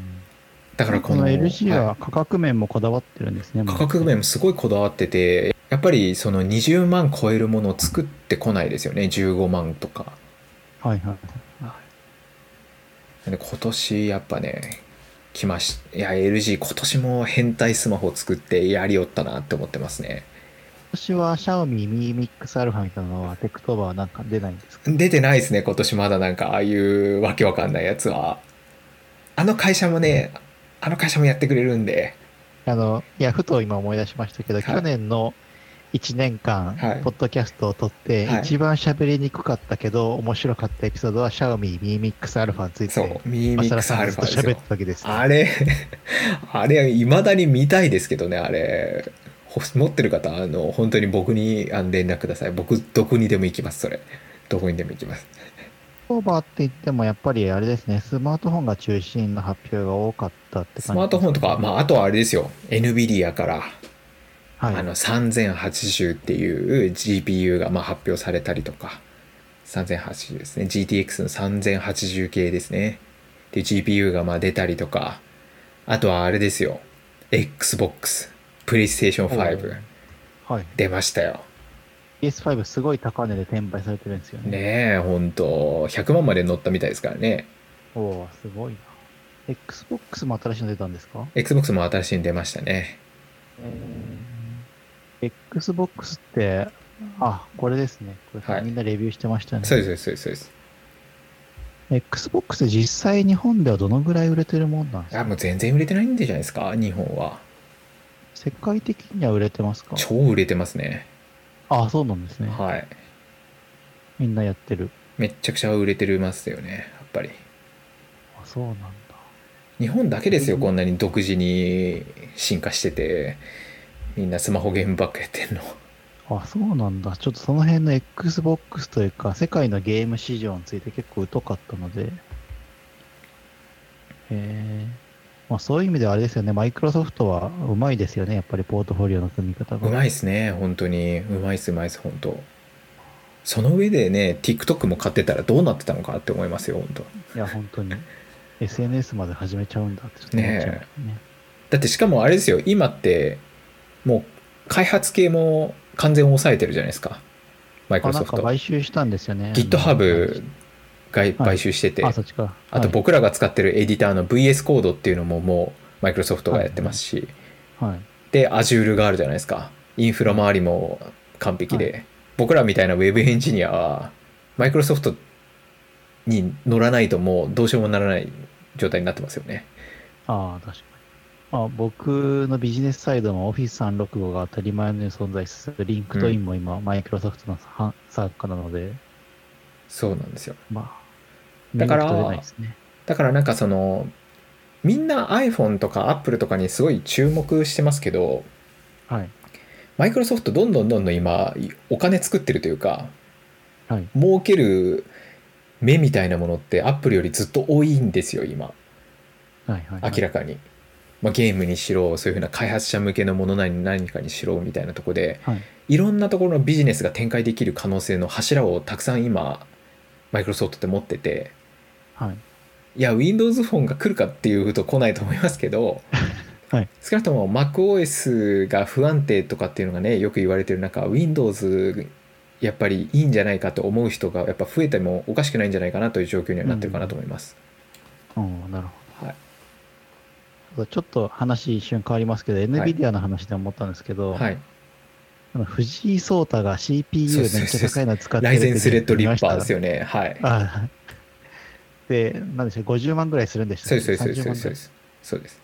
S1: だか
S2: だ
S1: ら
S2: こ
S1: こ
S2: の
S1: の
S2: LG
S1: はい
S2: は価格面もこだわってるんですね。
S1: 価格面もすごいこだわっててやっぱりその20万超えるものを作ってこないですよね15万とか
S2: はいはい。
S1: で今年やっぱね来ましいや LG 今年も変態スマホを作ってやりよったなって思ってますね
S2: 私は Xiaomi Mi Mix Alpha みたいなのはテクトーバーはなんか出ないんですか
S1: 出てないですね今年まだなんかああいうわけわかんないやつはあの会社もねあの会社もやってくれるんで
S2: あの、いや、ふと今思い出しましたけど、
S1: はい
S2: 去年の1年間、
S1: はい
S2: ポッドキャストを撮って、
S1: はい
S2: 一番喋りにくかったけど、面白かったエピソードは Xiaomi Mi Mix Alpha について、
S1: そうミーミッ
S2: マサ
S1: ク
S2: ラ
S1: ス
S2: さ
S1: ア
S2: ん
S1: ル
S2: がず
S1: フ
S2: っ
S1: ァですよ
S2: と喋ったわけですね、
S1: あれ、あれ、いまだに見たいですけどね、あれ。ほ持ってる方、あの、本当に僕にあの連絡ください。僕、どこにでも行きます、それ。どこにでも行きます。
S2: オーバーって言っても、やっぱりあれですね、スマートフォンが中心の発表が多かったって感じ、
S1: スマートフォンとか、まあ、あとはあれですよ。NVIDIA から、
S2: あ、はい、
S1: あの、3080っていう GPU がまあ発表されたりとか、3080ですね。GTX の3080系ですね。っていう GPU がまあ出たりとか、あとはあれですよ。Xbox、PlayStation 5。
S2: はい。
S1: 出ましたよ。
S2: PS5 すごい高値で転売されてるんですよね。
S1: ねえ、ほんと、100万まで乗ったみたいですからね。
S2: おおすごいな。Xbox も新しいの出たんですか
S1: Xbox も新しいに出ましたね。
S2: Xbox って、あ、これですね。これ、
S1: はい
S2: みんなレビューしてましたね。
S1: そうです、そうです、そうです。
S2: Xbox 実際日本ではどのぐらい売れてるもんなんです
S1: あ、
S2: か
S1: もう全然売れてないんじゃないですか、日本は。
S2: 世界的には売れてますか
S1: 超売れてますね。
S2: あ、そうなんですね。
S1: はい。
S2: みんなやってる。
S1: めっちゃくちゃ売れてるますよね、やっぱり。
S2: あ、そうなんだ。
S1: 日本だけですよ、こんなに独自に進化してて、みんなスマホゲームばっかやってんの。
S2: あ、そうなんだ。ちょっとその辺の Xbox というか、世界のゲーム市場について結構疎かったので。えまあそういう意味ではあれですよね。マイクロソフトはうまいですよね。やっぱりポートフォリオの組み方
S1: う
S2: が。
S1: まいっすね、本当に。うまいっす、うまいっす、本当。その上でね、TikTok も買ってたらどうなってたのかって思いますよ、本当。
S2: いや、本当に。SNS まで始めちゃうんだってちょっと思っちゃいますね。
S1: だってしかもあれですよ、今って、もう開発系も完全抑えてるじゃないですか、マイク
S2: あ、
S1: ロ
S2: な
S1: ソ
S2: ん
S1: フ
S2: か
S1: ト。
S2: 買収したんですよね。
S1: GitHub が買収してて、
S2: あ、そっちか。
S1: あと
S2: はい
S1: 僕らが使ってるエディターの VS コードっていうのももうマイクロソフトがやってますし、
S2: はい。
S1: で Azure があるじゃないですかインフラ周りも完璧で、
S2: は
S1: 僕らみたいなウェブエンジニアはマイクロソフトに乗らないともうどうしようもならない状態になってますよね
S2: ああ、確かに。まあ、僕のビジネスサイドも Office365 が当たり前のように存在するリンクトインも今、マイクロソフトのは参加なので、
S1: そうなんですよ
S2: まあ、
S1: だから
S2: 見なく取れないですね。
S1: だからなんかそのみんな iPhone とか Apple とかにすごい注目してますけど
S2: はい。
S1: マイクロソフトどんどんどんどん今お金作ってるというか
S2: はい。
S1: 儲ける目みたいなものってアップルよりずっと多いんですよ今
S2: はい。はい。
S1: 明らかに、まあ、ゲームにしろそういうふうな開発者向けのものなり何かにしろみたいなところで
S2: はい。
S1: いろんなところのビジネスが展開できる可能性の柱をたくさん今マイクロソフトって持ってて
S2: はい。
S1: いや Windows フォンが来るかっていうと来ないと思いますけど、
S2: はい
S1: 少なくとも MacOS が不安定とかっていうのがねよく言われてる中 Windows やっぱりいいんじゃないかと思う人がやっぱ増えてもおかしくないんじゃないかなという状況にはなってるかなと思います。
S2: うん、なるほ
S1: はい
S2: ど。ちょっと話一瞬変わりますけど、NVIDIA の話で思ったんですけど、
S1: はい、
S2: あの藤井聡太が CPU めっちゃ高いの使って
S1: ライ
S2: るっ
S1: ゼ
S2: て
S1: ンスレッドリッパーです
S2: よ。
S1: よね。はい。
S2: ああで、なんでしょう、50万ぐらいするんでした
S1: そう
S2: っ
S1: で
S2: け
S1: すそうです
S2: 30
S1: そう
S2: 万
S1: です
S2: ぐ
S1: そうですそ
S2: らい
S1: うです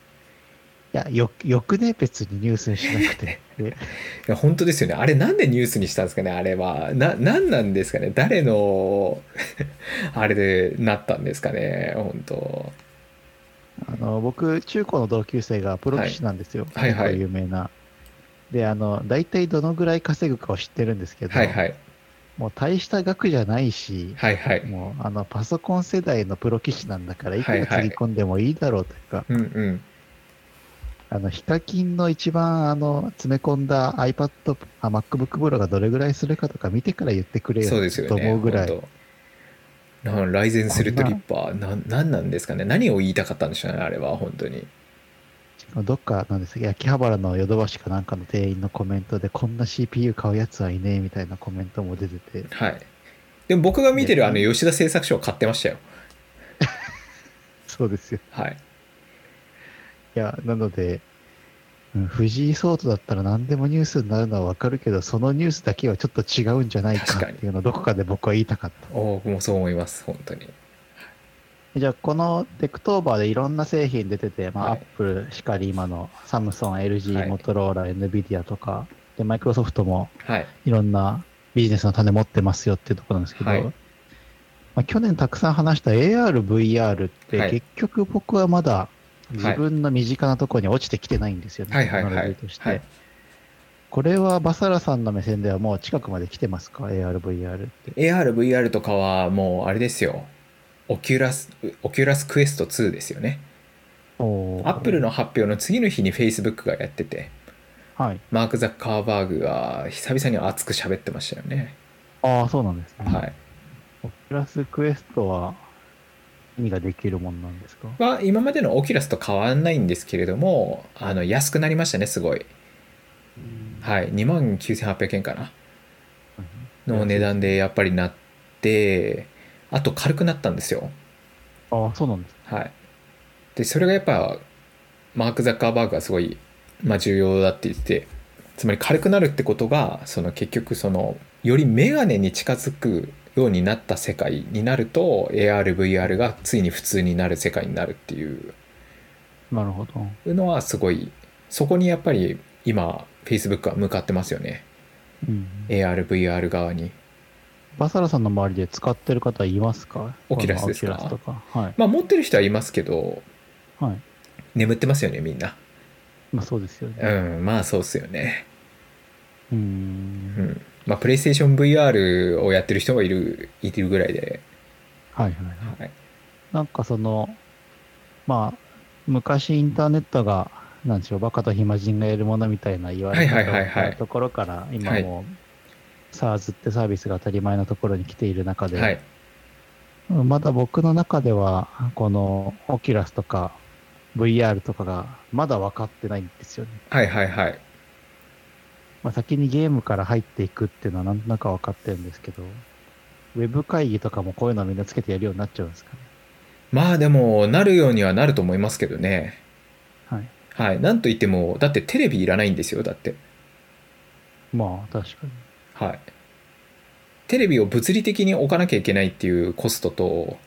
S2: いや、よ、よくね、別にニュースにしなくて。で
S1: いや本当ですよねあれなんでニュースにしたんですかねあれはななんなんですかね誰の あれでなったんですかね本当
S2: あの、僕、中高の同級生がプロ棋士なんですよ。
S1: はいはいはい
S2: 結構有名な。で、あの、大体どのぐらい稼ぐかを知ってるんですけど、
S1: はいはい
S2: もう大した額じゃないし、
S1: はいはい
S2: もう、あの、パソコン世代のプロ棋士なんだから、いく
S1: はい
S2: ら
S1: はい
S2: つぎ込んでもいいだろうというか、
S1: うんうん
S2: あの、ヒカキンの一番、あの、詰め込んだ iPad、あ MacBook Pro がどれぐらいするかとか見てから言ってくれよ
S1: そうですよ
S2: と
S1: ね
S2: 思うぐらい。
S1: 本当なライゼンスレッドリッパーなんなんなんですかね何を言いたかったんでしょうねあれは本当に
S2: どっかなんですけど、秋葉原のヨドバシかなんかの店員のコメントで、こんな CPU 買うやつはいねえみたいなコメントも出てて、
S1: はいでも僕が見てるあの
S2: ね
S1: 吉田製作所は買ってましたよ
S2: そうですよ。
S1: はい
S2: いや、なので、うん藤井聡太だったら何でもニュースになるのはわかるけど、そのニュースだけはちょっと違うんじゃないか
S1: 確
S2: っ
S1: かに
S2: ていうのをどこかで僕は言いたかった。
S1: お僕もそう思います本当に
S2: じゃあ、このテクトーバーでいろんな製品出てて、まあ、
S1: は
S2: ア
S1: い
S2: ップルしかり今のサムソン、
S1: は
S2: LG、
S1: い
S2: モトローラ、NVIDIA とか、で、マイクロソフトも
S1: はい
S2: いろんなビジネスの種持ってますよっていうところなんですけど、
S1: はい
S2: まあ、去年たくさん話した AR、VR って、
S1: はい
S2: 結局僕はまだ自分の身近なところに落ちてきてないんですよね、
S1: はいはいはい
S2: テクノロジーとして、
S1: はい
S2: これはバサラさんの目線ではもう近くまで来てますか、AR、VR って。
S1: AR、VR とかはもうあれですよ。オキュラス、オキュラスクエスト2ですよね。
S2: おー
S1: アップルの発表の次の日に Facebook がやってて、
S2: はい。
S1: マーク・ザッカーバーグが久々に熱く喋ってましたよね。
S2: ああ、そうなんですね。
S1: はい。
S2: オキュラスクエストは何ができるもんなんですか
S1: は、今までのオキュラスと変わんないんですけれども、あの、安くなりましたね、すごい。はい。29,800円かな。の値段でやっぱりなって、あと軽くなったんですよ。
S2: ああ、そうなんです。
S1: はい、でそれがやっぱマーク・ザッカーバーグがすごい、まあ、重要だって言っててつまり軽くなるってことがその結局そのよりメガネに近づくようになった世界になると ARVR がついに普通になる世界になるっていう
S2: なるほど。
S1: のはすごいそこにやっぱり今 Facebook は向かってますよね
S2: うん。
S1: ARVR 側に。
S2: バサラさんの周りで使ってる方いますか
S1: オキュラスですか
S2: このオキュラスとか。はい。
S1: まあ持ってる人はいますけど
S2: はい。
S1: 眠ってますよねみんな。
S2: まあそうですよね。
S1: うんまあそうっすよね。
S2: う。
S1: うんん。まあ PlayStation VR をやってる人がいるいるぐらいで。
S2: はいはい。
S1: はい、
S2: なんかその、まあ、昔インターネットが、なんでしょう、バカと暇人がやるものみたいな言わ
S1: は
S2: れ
S1: いはいはいはい
S2: たところから、今もう、SARS ってサービスが当たり前のところに来ている中で、
S1: はい
S2: まだ僕の中では、このオキュラスとか VR とかがまだ分かってないんですよね。
S1: はいはいはい。
S2: まあ、先にゲームから入っていくっていうのはなんとなく分かってるんですけど、ウェブ会議とかもこういうのみんなつけてやるようになっちゃうんですかね。
S1: まあでもなるようにはなると思いますけどね。
S2: はい。
S1: はい。なんといってもだってテレビいらないんですよだって。
S2: まあ、確かに。
S1: はい。テレビを物理的に置かなきゃいけないっていうコストと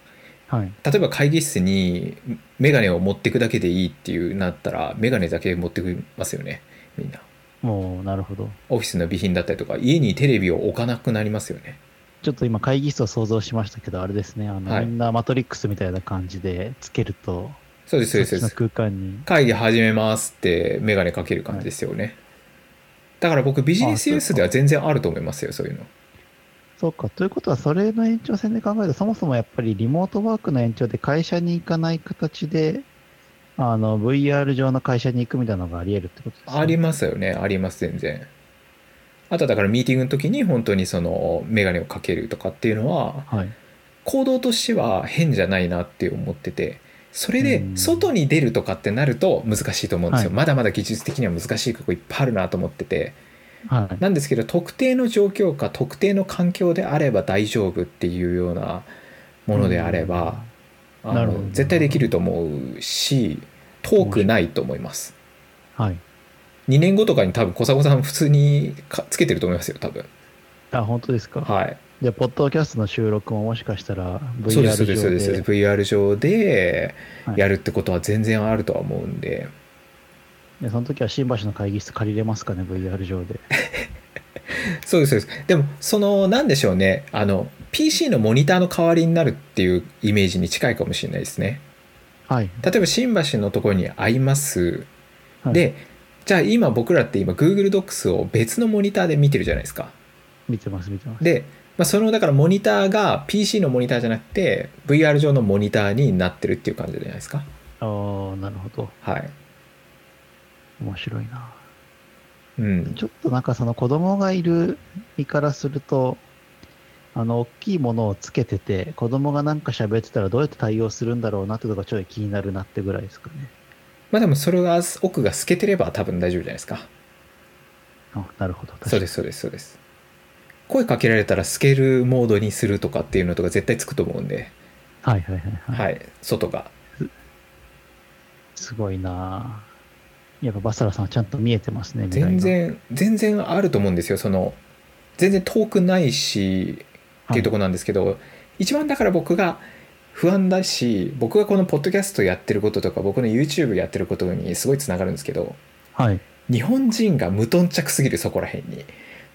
S2: はい。
S1: 例えば会議室にメガネを持ってくだけでいいっていうなったらメガネだけ持ってくますよねみんな
S2: もう、なるほど。
S1: オフィスの備品だったりとか家にテレビを置かなくなりますよね
S2: ちょっと今会議室を想像しましたけど、あれですね、あの、
S1: はい
S2: みんなマトリックスみたいな感じでつけると、
S1: そうですそうです
S2: そ
S1: そ
S2: っ
S1: う
S2: ち
S1: で
S2: の
S1: す
S2: 空間に。
S1: 会議始めますってメガネかける感じですよね、だから僕ビジネスユースでは全然あると思いますよそういうの
S2: そうか。ということは、それの延長線で考えると、そもそもやっぱりリモートワークの延長で会社に行かない形で、あの、VR 上の会社に行くみたいなのがあり得るってことですね。
S1: ありますよねあります全然あとはだからミーティングの時に本当にそのメガネをかけるとかっていうのは
S2: はい。
S1: 行動としては変じゃないなって思っててそれで
S2: うん
S1: 外に出るとかってなると難しいと思うんですよ、
S2: はい
S1: まだまだ技術的には難しいとこいっぱいあるなと思ってて
S2: はい。
S1: なんですけど特定の状況か特定の環境であれば大丈夫っていうようなものであれば、あ
S2: なるほど
S1: の絶対できると思うし遠くないと思います
S2: うん。はい。
S1: 2年後とかに多分小迫さん普通にかつけてると思いますよ多分
S2: あ、本当ですか。
S1: はい
S2: じゃあ、ポッドキャストの収録ももしかしたら
S1: そうですそ
S2: VR 上
S1: うですそうです
S2: で
S1: VR 上で
S2: はい
S1: やるってことは全然あるとは思うんで、
S2: で、その時は新橋の会議室借りれますかね、VR 上で。
S1: そうですそうですでもそのなんでしょうねあの PC のモニターの代わりになるっていうイメージに近いかもしれないですね
S2: はい。
S1: 例えば新橋のところに合います、
S2: はい、
S1: でじゃあ今僕らって今 Google Docs を別のモニターで見てるじゃないですか
S2: 見てます、見てます。
S1: で、まあ、そのだからモニターが PC のモニターじゃなくて VR 上のモニターになってるっていう感じじゃないですか
S2: ああ、なるほど。
S1: はい
S2: 面白いな。
S1: うん
S2: ちょっとなんかその子供がいる身からすると、あの、大きいものをつけてて、子供がなんか喋ってたらどうやって対応するんだろうなってとかちょい気になるなってぐらいですかね。
S1: まあでもそれが奥が透けてれば多分大丈夫じゃないですか
S2: あ、なるほど。。
S1: そうですすそうですそうです声かけられたらスケールモードにするとかっていうのとか絶対つくと思うんで、
S2: はいはいはい、はい。
S1: はい、外が
S2: すごいなやっぱバサラさんはちゃんと見えてますね、未来が
S1: 全。然全然あると思うんですよその全然遠くないしっていうところなんですけど、一番だから僕が不安だし僕がこのポッドキャストやってることとか僕の YouTube やってることにすごいつながるんですけど
S2: はい。
S1: 日本人が無頓着すぎるそこら辺に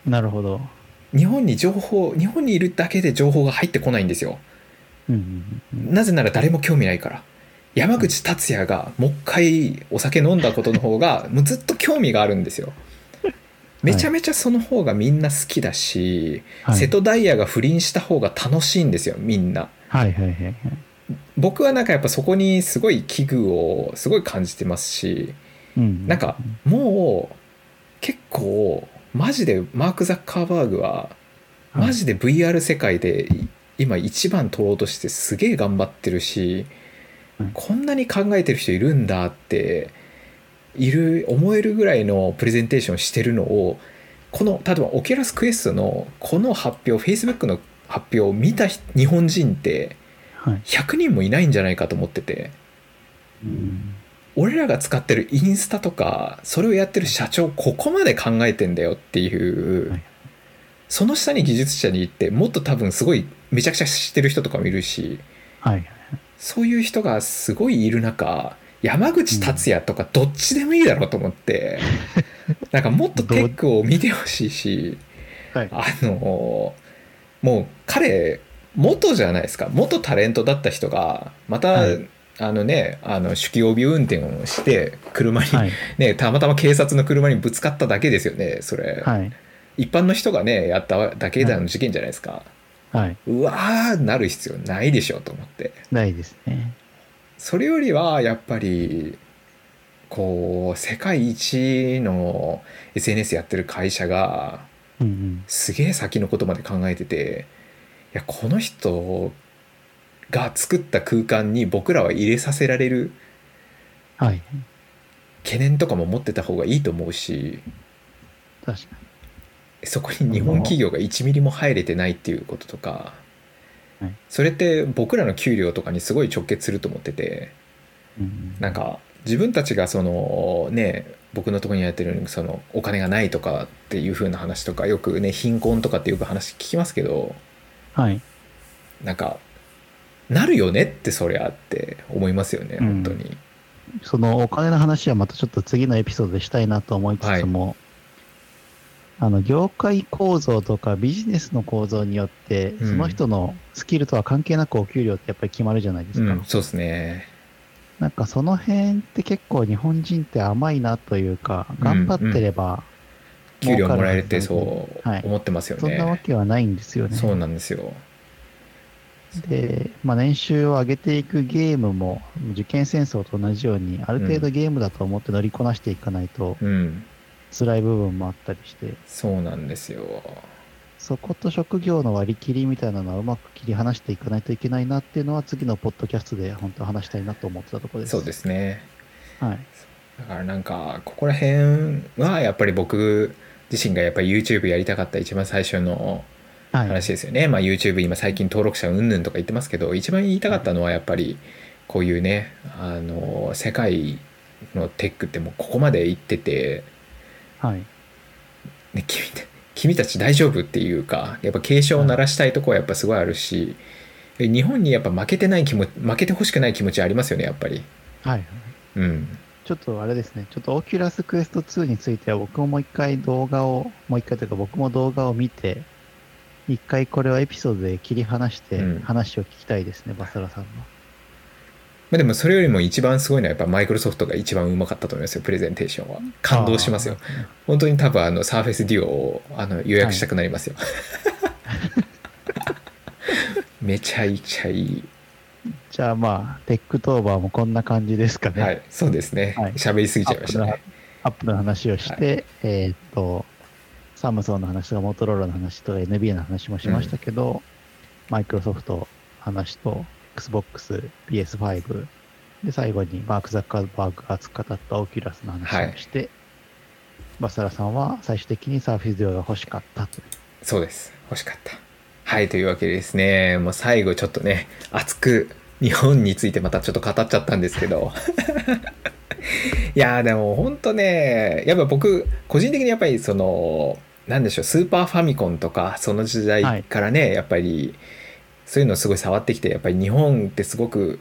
S2: なるほど。
S1: 日本に情報日本にいるだけで情報が入ってこないんですよ
S2: うんうんうん。
S1: なぜなら誰も興味ないから山口達也がもう一回お酒飲んだことの方がもうずっと興味があるんですよめちゃめちゃその方がみんな好きだし、
S2: はい
S1: 瀬戸大也が不倫した方が楽しいんですよみんな
S2: はいはいはいはい。
S1: 僕はなんかやっぱそこにすごい危惧をすごい感じてますし
S2: うんうん
S1: なんかもう結構マジでマーク・ザッカーバーグはマジで VR 世界で今一番取ろうとしてすげえ頑張ってるし、
S2: うん
S1: こんなに考えてる人いるんだっている思えるぐらいのプレゼンテーションしてるのをこの例えばオキュラスクエストのこの発表 Facebook の発表を見た人日本人って
S2: はい。はい
S1: 100人もいないんじゃないかと思ってて
S2: うん
S1: 俺らが使ってるインスタとかそれをやってる社長ここまで考えてんだよっていう。その下に技術者に行ってもっと多分すごいめちゃくちゃ知ってる人とかもいるし
S2: はい。
S1: そういう人がすごいいる中山口達也とかどっちでもいいだろうと思っ て、なんかもっとテックを見てほしいし
S2: はい。
S1: あのもう彼元じゃないですか元タレントだった人がまた、
S2: はい
S1: あのねあの酒気帯び運転をして車に、
S2: はい。
S1: ねたまたま警察の車にぶつかっただけですよねそれ、
S2: はい。
S1: 一般の人がねやっただけの事件じゃないですか、
S2: はい。
S1: うわーなる必要ないでしょと思って
S2: ないですね。
S1: それよりはやっぱりこう世界一の SNS やってる会社が
S2: うんうん。
S1: すげえ先のことまで考えてていやこの人が作った空間に僕らは入れさせられる
S2: はい。
S1: 懸念とかも持ってた方がいいと思うし
S2: 確か
S1: そこに日本企業が1ミリも入れてないっていうこととか
S2: はい
S1: それって僕らの給料とかにすごい直結すると思ってて
S2: に。うん
S1: なんか自分たちがそのね僕のところにやってるようにそのお金がないとかっていう風な話とかよくね貧困とかってよく話聞きますけど
S2: うん。はい。
S1: なんかなるよねってそりゃって思いますよね
S2: うん
S1: 本当に、
S2: そのお金の話はまたちょっと次のエピソードでしたいなと思いつつも、あの業界構造とかビジネスの構造によって、
S1: ん
S2: その人のスキルとは関係なくお給料ってやっぱり決まるじゃないで
S1: う
S2: す
S1: ん
S2: か。
S1: そうですね
S2: なんかその辺って結構日本人って甘いなというか、
S1: ん
S2: 頑張ってれば、
S1: 給料
S2: 儲か
S1: も
S2: る
S1: らえるって
S2: はず
S1: そ
S2: なのに
S1: う
S2: はい
S1: 思ってますよ
S2: そん
S1: ね、
S2: なわけはないんですよね。
S1: そうなんですよ
S2: で、まあ、年収を上げていくゲームも、受験戦争と同じように、ある程
S1: う
S2: 度ゲームだと思って乗りこなしていかないと、
S1: うん
S2: 辛い部分もあったりして、
S1: そうなんですよ
S2: そこと職業の割り切りみたいなのはうまく切り離していかないといけないなっていうのは次のポッドキャストで本当話したいなと思ってたところです。。
S1: そうですすね
S2: はい。
S1: だからなんかここら辺はやっぱり僕自身がやっぱり YouTube やりたかった一番最初の
S2: はい。
S1: 話ですよね、まあ、YouTube 今最近登録者うんぬんとか言ってますけど一番言いたかったのはやっぱりこういうねあの世界のテックってもうここまで行ってて、
S2: はい。
S1: ね、君た君たち大丈夫っていうかやっぱ警鐘を鳴らしたいとこはやっぱすごいあるし日本にやっぱ負けてない気も負けてほしくない気持ちありますよねやっぱり。
S2: はい。
S1: うん、
S2: ちょっとあれですね、ちょっとオキュラスクエスト2については僕ももう一回動画を、もう一回というか僕も動画を見て、一回これはエピソードで切り離して
S1: うん
S2: 話を聞きたいですね、バサラさんの。
S1: まあ、でもそれよりも一番すごいのはやっぱマイクロソフトが一番うまかったと思いますよプレゼンテーションは感動しますよ本当に多分あのサーフェスデュオをあの予約したくなりますよ、 めちゃいちゃいい
S2: じゃあまあ、テックトーバーもこんな感じですかね。
S1: はいそうですね
S2: はい
S1: 喋、りすぎちゃいましたね
S2: アップルの話をして、えーっと、サムソンの話とかモトローラの話とか NBA の話もしましたけど、マイクロソフト話と Xbox、PS5、で、最後にマーク・ザッカーバーグが熱く語ったオキュラスの話をして、バサラさんは最終的にサーフィス量が欲しかったと。
S1: そうです欲しかったはいというわけでですねもう最後ちょっとね熱く日本についてまたちょっと語っちゃったんですけど いやーでも本当ねやっぱ僕個人的にやっぱりそのなんでしょうスーパーファミコンとかその時代からね、やっぱりそういうのをすごい触ってきてやっぱり日本ってすごく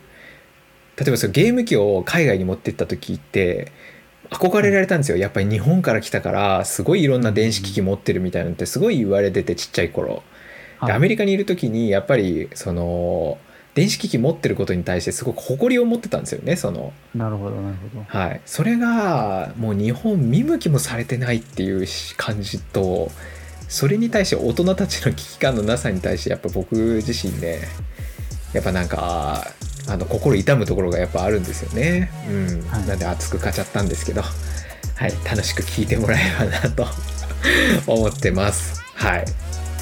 S1: 例えばそのゲーム機を海外に持ってった時って憧れられたんですよやっぱり日本から来たからすごいいろんな電子機器持ってるみたいなのってすごい言われててちっちゃい頃、でアメ
S2: リ
S1: リカにいる時にやっぱりその電子機器持ってることに対してすごく誇りを持ってたんですよねその
S2: カなるほど、なるほど。
S1: はいそれがもう日本見向きもされてないっていう感じとそれに対して大人たちの危機感のなさに対してやっぱ僕自身ねやっぱなんかあの心痛むところがやっぱあるんですよね、うん
S2: はい
S1: なんで熱く語っちゃったんですけど、はい、楽しく聞いてもらえればなと 思ってますはい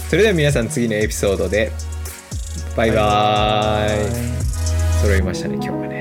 S1: それでは皆さん次のエピソードでバイバーイ揃いましたね今日はね